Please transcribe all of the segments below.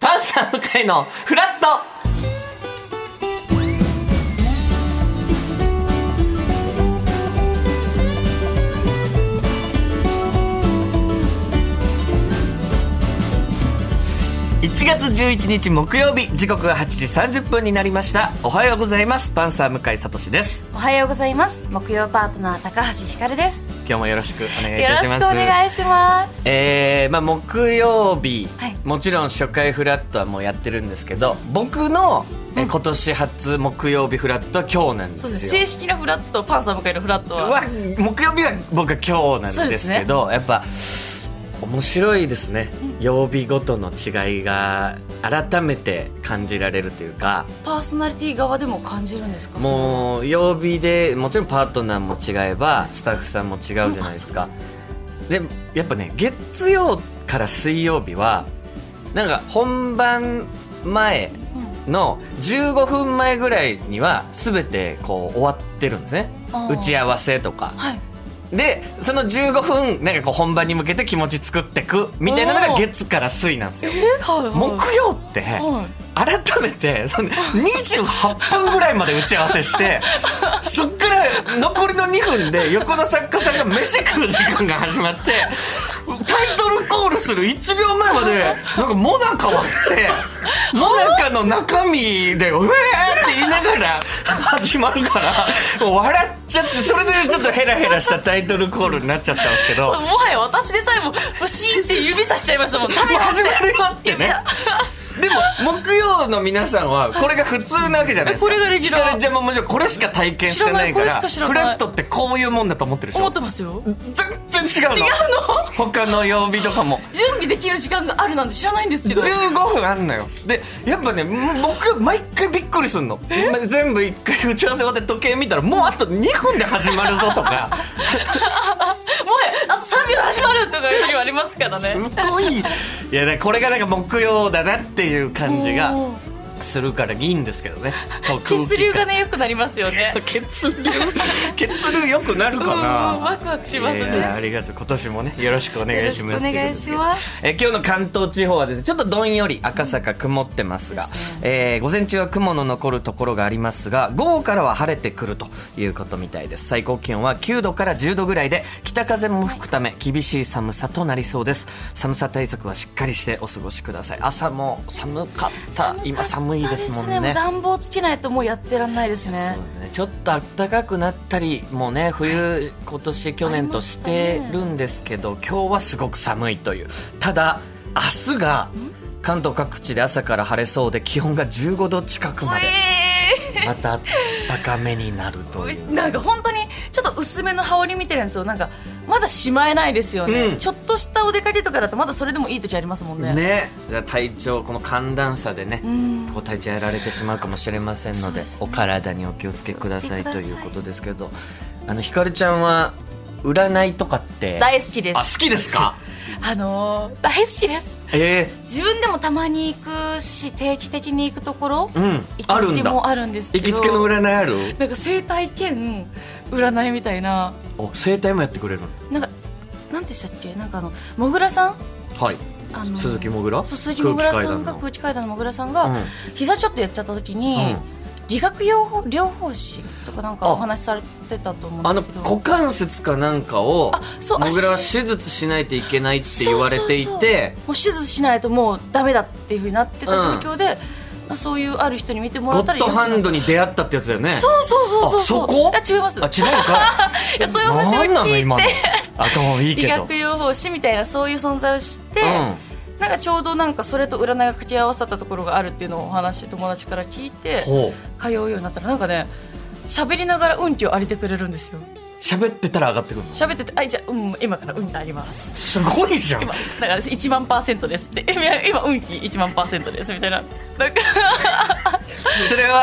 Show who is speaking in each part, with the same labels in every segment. Speaker 1: 中へのフラット1月11日木曜日時刻は8時30分になりましたおはようございますパンサー向井聡です
Speaker 2: おはようございます木曜パートナー高橋ひかるですよ
Speaker 1: 今日もよろしくお願いい
Speaker 2: ろ
Speaker 1: た
Speaker 2: し
Speaker 1: し
Speaker 2: く
Speaker 1: ま
Speaker 2: お
Speaker 1: す
Speaker 2: 願いします
Speaker 1: えーまあ、木曜日、
Speaker 2: はい
Speaker 1: もちろん初回フラットはもうやってるんですけど僕の、え今年初木曜日フラットは今日なんです
Speaker 2: そ
Speaker 1: よ
Speaker 2: うです正式なフラットパンサー向かいのフラットは
Speaker 1: は木曜日は僕は今日なんですけどやっぱ面白いですね、曜日ごとの違いが改めて感じられるというか
Speaker 2: パーソナリティ側でも感じるんですか
Speaker 1: もう曜日でもちろんパートナーも違えばスタッフさんも違うじゃないですか、でやっぱね月曜から水曜日はなんか本番前の15分前ぐらいには全てこう終わってるんですね
Speaker 2: あー
Speaker 1: 打ち合わせとか
Speaker 2: そのはい
Speaker 1: でその15分なんかこう本番に向けて気持ち作ってくみたいなのが
Speaker 2: おー
Speaker 1: 月から水なんですよ
Speaker 2: えはい
Speaker 1: 木曜って、
Speaker 2: はい
Speaker 1: 改めてその28分ぐらいまで打ち合わせしてそっから残りの2分で横の作家さんが飯食う時間が始まってタイトルコールする1秒前までなんかモナカ割ってモナカの中身で「うえー!」って言いながら始まるからもう笑っちゃってそれでちょっとヘラヘラしたタイトルコールになっちゃったんですけど。
Speaker 2: もはや私でさえも不審って指さしちゃいましたもん食べ
Speaker 1: もう
Speaker 2: 始
Speaker 1: 始
Speaker 2: め
Speaker 1: まるよってね。でも木曜の皆さんはこれが普通なわけじゃないですか。
Speaker 2: これがレギュラー
Speaker 1: ひかるちゃんももちろんこれしか体験してないか
Speaker 2: 知らないこれし
Speaker 1: ら、
Speaker 2: か知らな
Speaker 1: フ
Speaker 2: い
Speaker 1: ラットってこういうもんだと思ってるでし
Speaker 2: 思
Speaker 1: ょ
Speaker 2: っ。てますよ
Speaker 1: 全然違うの。
Speaker 2: 違う
Speaker 1: 他の曜日とかも。
Speaker 2: 準備できる時間があるなんて知らないんですけど
Speaker 1: 15分あんのよでやっぱね僕毎回びっくりすんの全部一回打ち合わせ終わって時計見たらもうあと2分で始まるぞとか
Speaker 2: もはやあと3秒始まるとかいう時もありますからね
Speaker 1: すごいいやねこれがなんか木曜だなっていう感じが
Speaker 2: もう
Speaker 1: するからいいんですけどねこう空気
Speaker 2: 血流
Speaker 1: 感
Speaker 2: がね良くなりますよね
Speaker 1: 血流血流良くなる
Speaker 2: う
Speaker 1: か
Speaker 2: んワ
Speaker 1: な
Speaker 2: クワクします
Speaker 1: いやいや
Speaker 2: ね
Speaker 1: ありがとう今年もねよろしくお願いします
Speaker 2: よろしくお願いします
Speaker 1: ということでえー今日の関東地方はですねちょっとどんより赤坂曇ってますが、
Speaker 2: うんです
Speaker 1: えー午前中は雲の残るところがありますが午後からは晴れてくるということみたいです最高気温は9度から10度ぐらいで北風も吹くため厳しい寒さとなりそうです寒さ対策はしっかりしてお過ごしください朝も寒かった今寒いですもん
Speaker 2: 寒かったで
Speaker 1: ね
Speaker 2: う暖房つけないともうやってらんないですね
Speaker 1: そうですね、ちょっと暖かくなったりもうね冬今年去年としてるんですけど、今日はすごく寒いというただ明日が関東各地で朝から晴れそうで気温が15度近くま
Speaker 2: え
Speaker 1: でまた暖かめになるという
Speaker 2: ーなんか本当にちょっと薄めの羽織みたいなやつをなんかまだしまえないですよね、
Speaker 1: うん
Speaker 2: ちょっとしたお出かけとかだとまだそれでもいい時ありますもんね
Speaker 1: ねだから体調この寒暖差でね、
Speaker 2: ん
Speaker 1: こう体調やられてしまうかもしれませんの
Speaker 2: そう
Speaker 1: で
Speaker 2: です
Speaker 1: お
Speaker 2: ね
Speaker 1: 体にお気をつけください
Speaker 2: お気を
Speaker 1: と
Speaker 2: つけく
Speaker 1: い
Speaker 2: ださいう
Speaker 1: ことですけどあのひかるちゃんは占いとかって
Speaker 2: 大好きで
Speaker 1: あ好
Speaker 2: す
Speaker 1: きですか
Speaker 2: あのー大好きです
Speaker 1: え
Speaker 2: 自分でもたまに行くし定期的に行くところ
Speaker 1: えうんあ
Speaker 2: 行
Speaker 1: る
Speaker 2: きつけ
Speaker 1: んだ
Speaker 2: もあるんですけ
Speaker 1: 行
Speaker 2: ど
Speaker 1: きつけの占いある
Speaker 2: なんか生態兼占いみたいな
Speaker 1: お生態もやってくれるの
Speaker 2: なんかなんてしたっけなんかあのもぐらさん
Speaker 1: はい
Speaker 2: あの
Speaker 1: 鈴木もぐら
Speaker 2: そう鈴木もぐらさんが
Speaker 1: 空
Speaker 2: 空気階段のもぐらさん
Speaker 1: う
Speaker 2: が
Speaker 1: ん
Speaker 2: 膝ちょっとやっちゃった時に、
Speaker 1: うん
Speaker 2: 理学療法療法士とかなん
Speaker 1: あ
Speaker 2: かお話しされてたと思
Speaker 1: あ
Speaker 2: うん
Speaker 1: の
Speaker 2: ですけど
Speaker 1: 股関節かなんかを
Speaker 2: あそう
Speaker 1: もぐらは
Speaker 2: 足
Speaker 1: 手術しないといけないって言われてい
Speaker 2: そうそうそう
Speaker 1: て
Speaker 2: もう手術しないともうダメだっていうふうになってた状況で、そういうある人に見てもら
Speaker 1: ゴ
Speaker 2: った
Speaker 1: ッ
Speaker 2: ら
Speaker 1: ドハン
Speaker 2: ド
Speaker 1: ドに出会ったってやつだよね
Speaker 2: そうそうそうそ
Speaker 1: あ
Speaker 2: う
Speaker 1: そこ
Speaker 2: いや違います
Speaker 1: あ違うのか
Speaker 2: い やそういう話を
Speaker 1: 何なの
Speaker 2: 聞い
Speaker 1: 今の
Speaker 2: て
Speaker 1: 頭もいいけ
Speaker 2: 理
Speaker 1: ど
Speaker 2: 学療法士みたいなそういう存在を知って、なんかちょうどなんかそれと占いが掛け合わさったところがあるっていうのをお話友達から聞いて
Speaker 1: うんほう
Speaker 2: 通うようになったらなんかね喋りながら運気を荒れてくれるんですよ
Speaker 1: 喋ってたら上がってくるの
Speaker 2: 喋ってて「あじゃあ、うん、今から運気あります
Speaker 1: すごいじゃん
Speaker 2: 今だから1万パーセントです」って「 いや今運気1万パーセントです」みたいななんか
Speaker 1: それは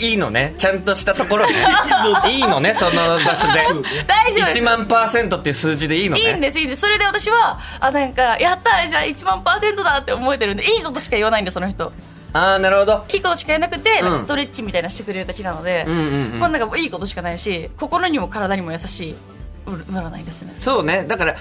Speaker 1: いいのねちゃんとしたところね いいのねその場所で
Speaker 2: 大丈夫です
Speaker 1: 1万パーセントっていう数字でいいのね
Speaker 2: いいんですいいんですそれで私はあなんか「やったーじゃあ1万パーセントだ」って思えてるんでいいことしか言わないんでその人
Speaker 1: ああなるほど
Speaker 2: いいことしか言えなくて、
Speaker 1: うん
Speaker 2: なんかストレッチみたいなのしてくれるだけなので、
Speaker 1: うんうんうん
Speaker 2: まあなんかいいことしかないし心にも体にも優しいう占いですね
Speaker 1: そうねだから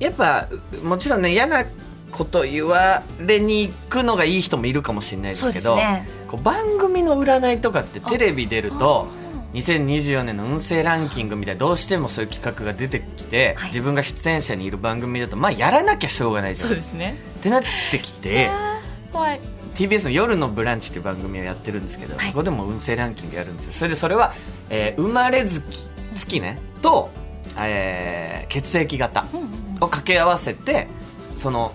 Speaker 1: やっぱもちろんね嫌なこと言われに行くのがいい人もいるかもしれないですけど
Speaker 2: そうですね
Speaker 1: こう番組の占いとかってテレビ出ると2024年の運勢ランキングみたいなどうしてもそういう企画が出てきて、
Speaker 2: はい
Speaker 1: 自分が出演者にいる番組だとまあやらなきゃしょうがないじゃ
Speaker 2: そ
Speaker 1: ん
Speaker 2: う
Speaker 1: っ
Speaker 2: ですね
Speaker 1: てなってきて
Speaker 2: あー怖い
Speaker 1: TBS の「夜のブランチ」っていう番組をやってるんですけど、
Speaker 2: はい
Speaker 1: そこでも運勢ランキングやるんですよそれでそれは、えー生まれ月月ねと、えー血液型
Speaker 2: うんうんうん
Speaker 1: を掛け合わせてその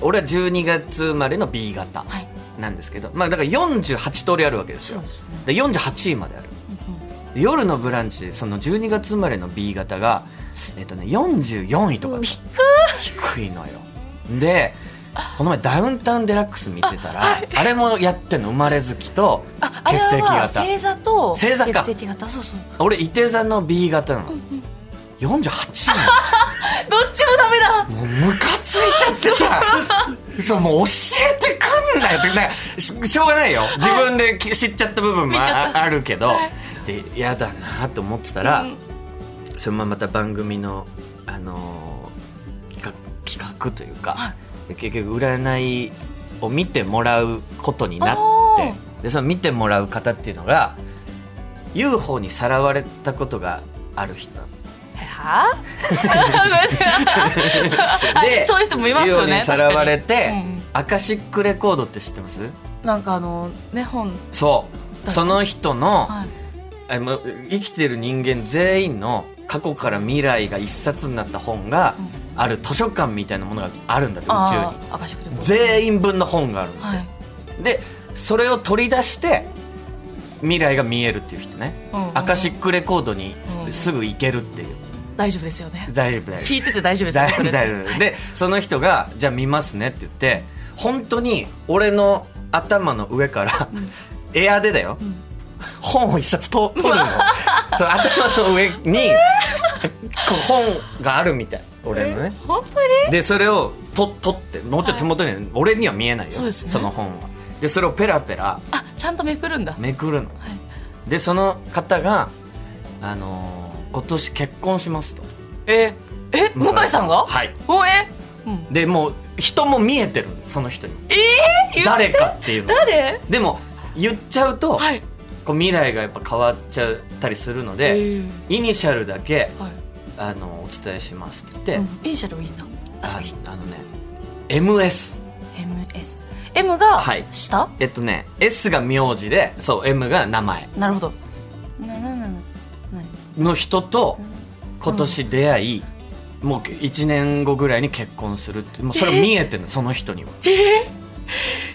Speaker 1: 俺は12月生まれの B 型
Speaker 2: はい
Speaker 1: なんですけど、まあだから48通りあるわけです
Speaker 2: そう
Speaker 1: よ
Speaker 2: ですね
Speaker 1: で48位まである
Speaker 2: うんうん
Speaker 1: 夜のブランチでその12月生まれの B 型がえっとね44位とか
Speaker 2: うん
Speaker 1: 低いのよでこの前ダウンタウンデラックス見てたらあ,、れもやってんの生まれ好きと
Speaker 2: ああ
Speaker 1: 血
Speaker 2: れ
Speaker 1: 液
Speaker 2: は
Speaker 1: 型
Speaker 2: 星座と
Speaker 1: 星座か
Speaker 2: 血液型そうそう
Speaker 1: 俺伊手座の B 型なの、48位なの
Speaker 2: どっちもダメだ
Speaker 1: もうムカついちゃってさ そうもう教えてくんなよってなんかししょうがないよ自分でき知っちゃった部分も
Speaker 2: 見ちゃっ
Speaker 1: あ
Speaker 2: た
Speaker 1: あるけど、
Speaker 2: はい
Speaker 1: で嫌だなと思ってたら、
Speaker 2: うん
Speaker 1: そのまままた番組の、あのー企画企画というか、
Speaker 2: は
Speaker 1: 結局占いを見てもらうことになっ
Speaker 2: お
Speaker 1: て
Speaker 2: ー
Speaker 1: でその見てもらう方っていうのが UFO にさらわれたことがある人なの
Speaker 2: は
Speaker 1: で
Speaker 2: ぁごめんなさいあそういう人もいますよ
Speaker 1: UFO
Speaker 2: ね
Speaker 1: にさらわれ
Speaker 2: 確
Speaker 1: て
Speaker 2: かにうんうん
Speaker 1: アカシックレコードって知ってます
Speaker 2: なんかあのね本
Speaker 1: そうその人の、
Speaker 2: はい
Speaker 1: あもう生きてる人間全員の過去から未来が一冊になった本がある図書館みたいなものがあるんだって宇宙
Speaker 2: あ
Speaker 1: に
Speaker 2: ー明石クレコ
Speaker 1: 全員分の本があるんだって、
Speaker 2: はい
Speaker 1: でそれを取り出して未来が見えるっていう人ね、
Speaker 2: うんうんうん
Speaker 1: アカシックレコードに
Speaker 2: うん
Speaker 1: すぐ行けるっていう、
Speaker 2: 大丈夫ですよね
Speaker 1: 大丈夫大丈夫
Speaker 2: 聞いてて大丈夫ですよ
Speaker 1: 大丈
Speaker 2: ねこれ
Speaker 1: 夫大丈夫でその人が「じゃあ見ますね」って言って本当に俺の頭の上から、エアでだよ、
Speaker 2: ん
Speaker 1: 本を一冊と取るのそう頭の上にこう本があるみたい俺のね
Speaker 2: 本当に
Speaker 1: でそれをと取ってもうちょっと手元に、俺には見えないよ
Speaker 2: そうですね
Speaker 1: の本はでそれをペラペラ
Speaker 2: あちゃんとめくるんだ
Speaker 1: めくるの、でその方が「あのー今年結婚します」と
Speaker 2: えーえ向井さんが
Speaker 1: はい
Speaker 2: おえうん
Speaker 1: でもう人も見えてるその人に
Speaker 2: えー言っ
Speaker 1: 誰かっていうの
Speaker 2: 誰
Speaker 1: でも言っちゃうと、
Speaker 2: はい
Speaker 1: こう未来がやっぱ変わっちゃったりするので、
Speaker 2: えー
Speaker 1: イニシャルだけ
Speaker 2: はい
Speaker 1: あのお伝えしますって言って、
Speaker 2: うんイニシャルもいいな
Speaker 1: ああのね MS
Speaker 2: MS M が
Speaker 1: はい
Speaker 2: 下
Speaker 1: えっとね S が名字でそう M が名前
Speaker 2: なるほどななななな
Speaker 1: の人と今年出会い、もう1年後ぐらいに結婚するってもうそれ見えてるのその人には。え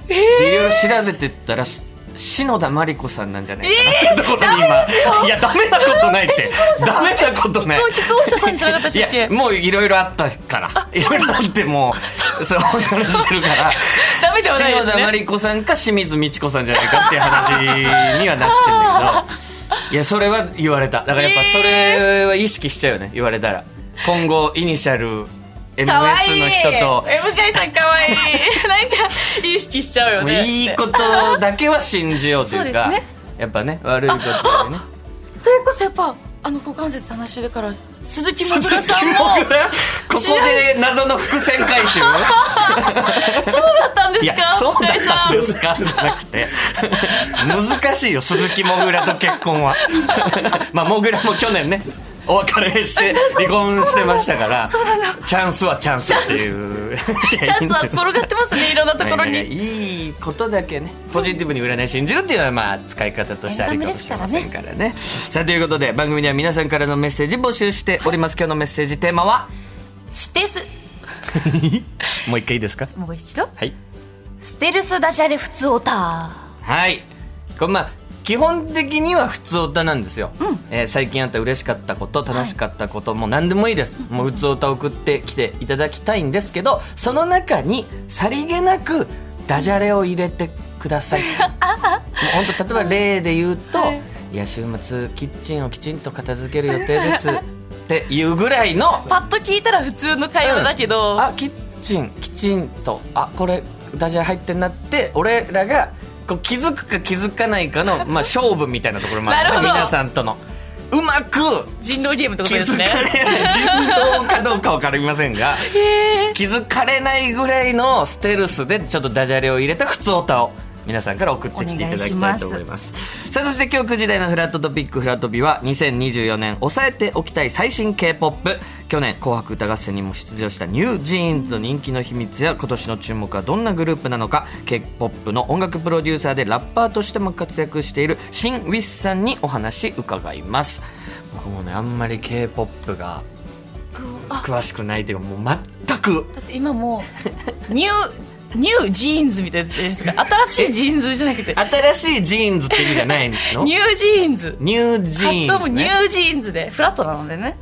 Speaker 1: いろいろ調べてったらし篠田麻里子さんなんじゃないかなってところに今、いやダメなことないってダメなことない
Speaker 2: もう既婚者さんじゃなかった
Speaker 1: い
Speaker 2: しっけ
Speaker 1: やもういろいろあったからいろいろあっても うそう話してるから
Speaker 2: ダメではないで
Speaker 1: 篠
Speaker 2: す
Speaker 1: 田麻
Speaker 2: ね
Speaker 1: 里子さんか清水美智子さんじゃないかっていう話にはなってんだけどい やそれは言われただからやっぱそれは意識しちゃうよね言われたら今後イニシャル MS
Speaker 2: かわいい
Speaker 1: の人と
Speaker 2: え向井さんかわいいなんか意識しちゃうよ
Speaker 1: もう
Speaker 2: ね
Speaker 1: いいことだけは信じようというか
Speaker 2: そうです
Speaker 1: やっぱね悪いことだよね
Speaker 2: それこそやっぱあの股関節の話だから鈴木もぐらさんも
Speaker 1: 鈴木もぐらここで謎の伏線回収
Speaker 2: そうだったんで
Speaker 1: い
Speaker 2: す
Speaker 1: や
Speaker 2: か
Speaker 1: そうだ
Speaker 2: 向井さ
Speaker 1: ったん
Speaker 2: ん
Speaker 1: ですかじゃなくて難しいよ鈴木もぐらと結婚は まあもぐらも去年ねお別れして離婚してましたから
Speaker 2: そうなん
Speaker 1: チャンスはチャンスっていう
Speaker 2: チャンスは転がってますねいろんなところ
Speaker 1: いやいや
Speaker 2: に
Speaker 1: いいことだけねポジティブに占い信じるっていうのはまあ使い方としてありかもしれませんからねさあということで番組では皆さんからのメッセージ募集しております今日のメッセージテーマは
Speaker 2: ステス
Speaker 1: もう一回いいですか
Speaker 2: もう一度
Speaker 1: はい
Speaker 2: ステルスダジャレ普通オタ
Speaker 1: はい。これまあ基本的には普通歌なんですよ、えー最近あった嬉しかったこと楽しかったこと、もう何でもいいですもう普通歌送ってきていただきたいんですけどその中にさりげなくダジャレを入れてくださいもう本当例えば例で言うと「
Speaker 2: はいい、
Speaker 1: や週末キッチンをきちんと片付ける予定です」っていうぐらいの
Speaker 2: パッと聞いたら普通の会話だけど、
Speaker 1: あキッチンきちんとあこれダジャレ入ってんなって俺らがこう気づくか気づかないかの、 まあ、勝負みたいなところもあ
Speaker 2: な
Speaker 1: る
Speaker 2: るほど
Speaker 1: 皆さんとのうまく
Speaker 2: 人狼ゲームってこ
Speaker 1: 気
Speaker 2: とで
Speaker 1: づ
Speaker 2: す
Speaker 1: か
Speaker 2: ね
Speaker 1: れない人道かどうか分かりませんが
Speaker 2: へー
Speaker 1: 気づかれないぐらいのステルスでちょっとダジャレを入れた普通歌を皆さんから送ってきていただきたいと思いますさあそして今日9時台のフラットトピックフラットビは2024年抑えておきたい最新 K-POP 去年紅白歌合戦にも出場したニュージーンズの人気の秘密や今年の注目はどんなグループなのか K-POP の音楽プロデューサーでラッパーとしても活躍しているシン・ウィスさんにお話伺います僕もねあんまり K-POP が詳しくないというかもう全く
Speaker 2: だって今もうニューニュージーンズみたいなやつが新しいジーンズじゃなくて
Speaker 1: 新しいジーンズって意味じゃないの
Speaker 2: ニュージーンズ
Speaker 1: ニュージーンズ、ね、
Speaker 2: 発音もニュージーンズでフラットなのでね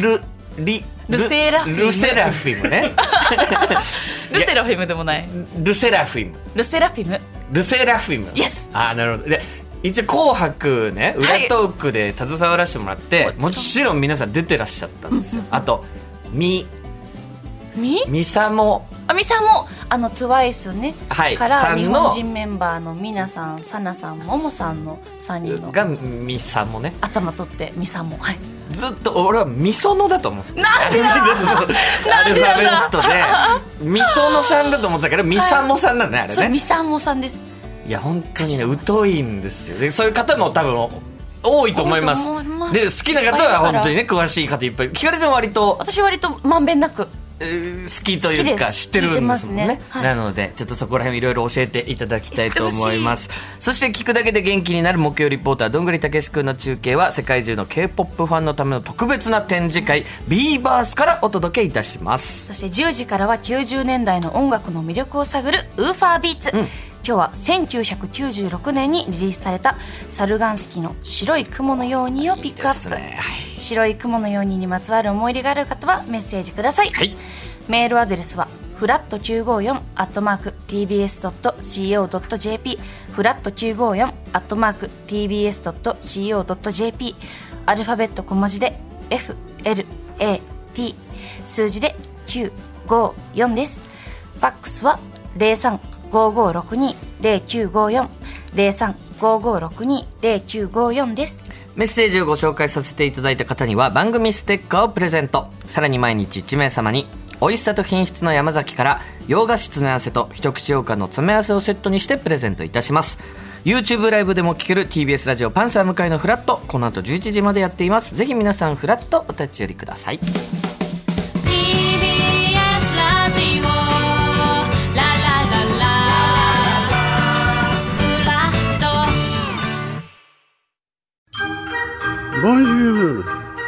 Speaker 1: ルリ
Speaker 2: ルセラフィム
Speaker 1: ルセラフィム ね
Speaker 2: ルセラフィムでもない
Speaker 1: ルセラフィム
Speaker 2: ルセラフィム
Speaker 1: ルセラフィム
Speaker 2: Yes
Speaker 1: ああなるほどで一応「紅白ね」裏トークで携わらせてもらって、
Speaker 2: はい
Speaker 1: もちろん皆さん出てらっしゃったんですよ、あと「み」
Speaker 2: み
Speaker 1: 「みさも
Speaker 2: あみさんもあの TWICE ね、
Speaker 1: はい
Speaker 2: から
Speaker 1: さんの
Speaker 2: 日本人メンバーのみなさんさなさんももさんの3」人の
Speaker 1: が「みさも」ね
Speaker 2: 頭取ってみさんもはい
Speaker 1: ずっと俺は「みその」だと思って
Speaker 2: なんでだ
Speaker 1: アルファベットで「みそのさん」だと思ってたから「みさもさん」なんだねあ
Speaker 2: そう
Speaker 1: れね
Speaker 2: みさんもさんです
Speaker 1: いや本当にね疎いんですよでそういう方も多分多いと思います
Speaker 2: 多いと思います
Speaker 1: で好きな方は本当にね詳しい方いっぱいひかりちゃんは割と
Speaker 2: 私割とまんべんなく
Speaker 1: えー好きという
Speaker 2: 好きで
Speaker 1: か
Speaker 2: す
Speaker 1: 知ってるんですもん
Speaker 2: 聞い
Speaker 1: ね
Speaker 2: てますねはい
Speaker 1: なのでちょっとそこら辺いろいろ教えていただきたいと思いますそして聞くだけで元気になる木曜リポーターどんぐりたけし君の中継は世界中の k p o p ファンのための特別な展示会「ビーバースからお届けいたします
Speaker 2: そして10時からは90年代の音楽の魅力を探るウーファービーツ、今日は1996年にリリースされたサル岩石の「白い雲のように」をピックアップ
Speaker 1: いいですねはい
Speaker 2: 白い雲のようににまつわる思い入れがある方はメッセージください、
Speaker 1: はい
Speaker 2: メールアドレスはフラット954アットマーク tbs.co.jp フラット954アットマーク tbs.co.jp アルファベット小文字で flat 数字で954ですファックスは0355620954 0355620954です
Speaker 1: メッセージをご紹介させていただいた方には番組ステッカーをプレゼントさらに毎日1名様に美味しさと品質の山崎から洋菓子詰め合わせと一口羊羹の詰め合わせをセットにしてプレゼントいたします YouTube ライブでも聴ける TBS ラジオパンサー向かいのフラットこの後11時までやっていますぜひ皆さんフラットお立ち寄りください
Speaker 3: TBS ラジオララララずらっと
Speaker 4: Bonjour!